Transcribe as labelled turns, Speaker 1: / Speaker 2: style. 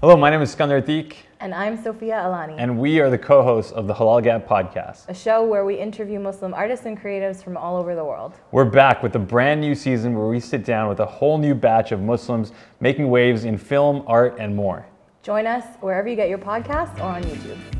Speaker 1: Hello, my name is Skander Atik,
Speaker 2: And I'm Sophia Alani,
Speaker 1: and we are the co hosts of the Halal Gap podcast.
Speaker 2: a show where we interview Muslim artists and creatives from all over the world.
Speaker 1: We're back with a brand new season where we sit down with a whole new batch of Muslims making waves in film, art, and more.
Speaker 2: Join us wherever you get your podcasts or on YouTube.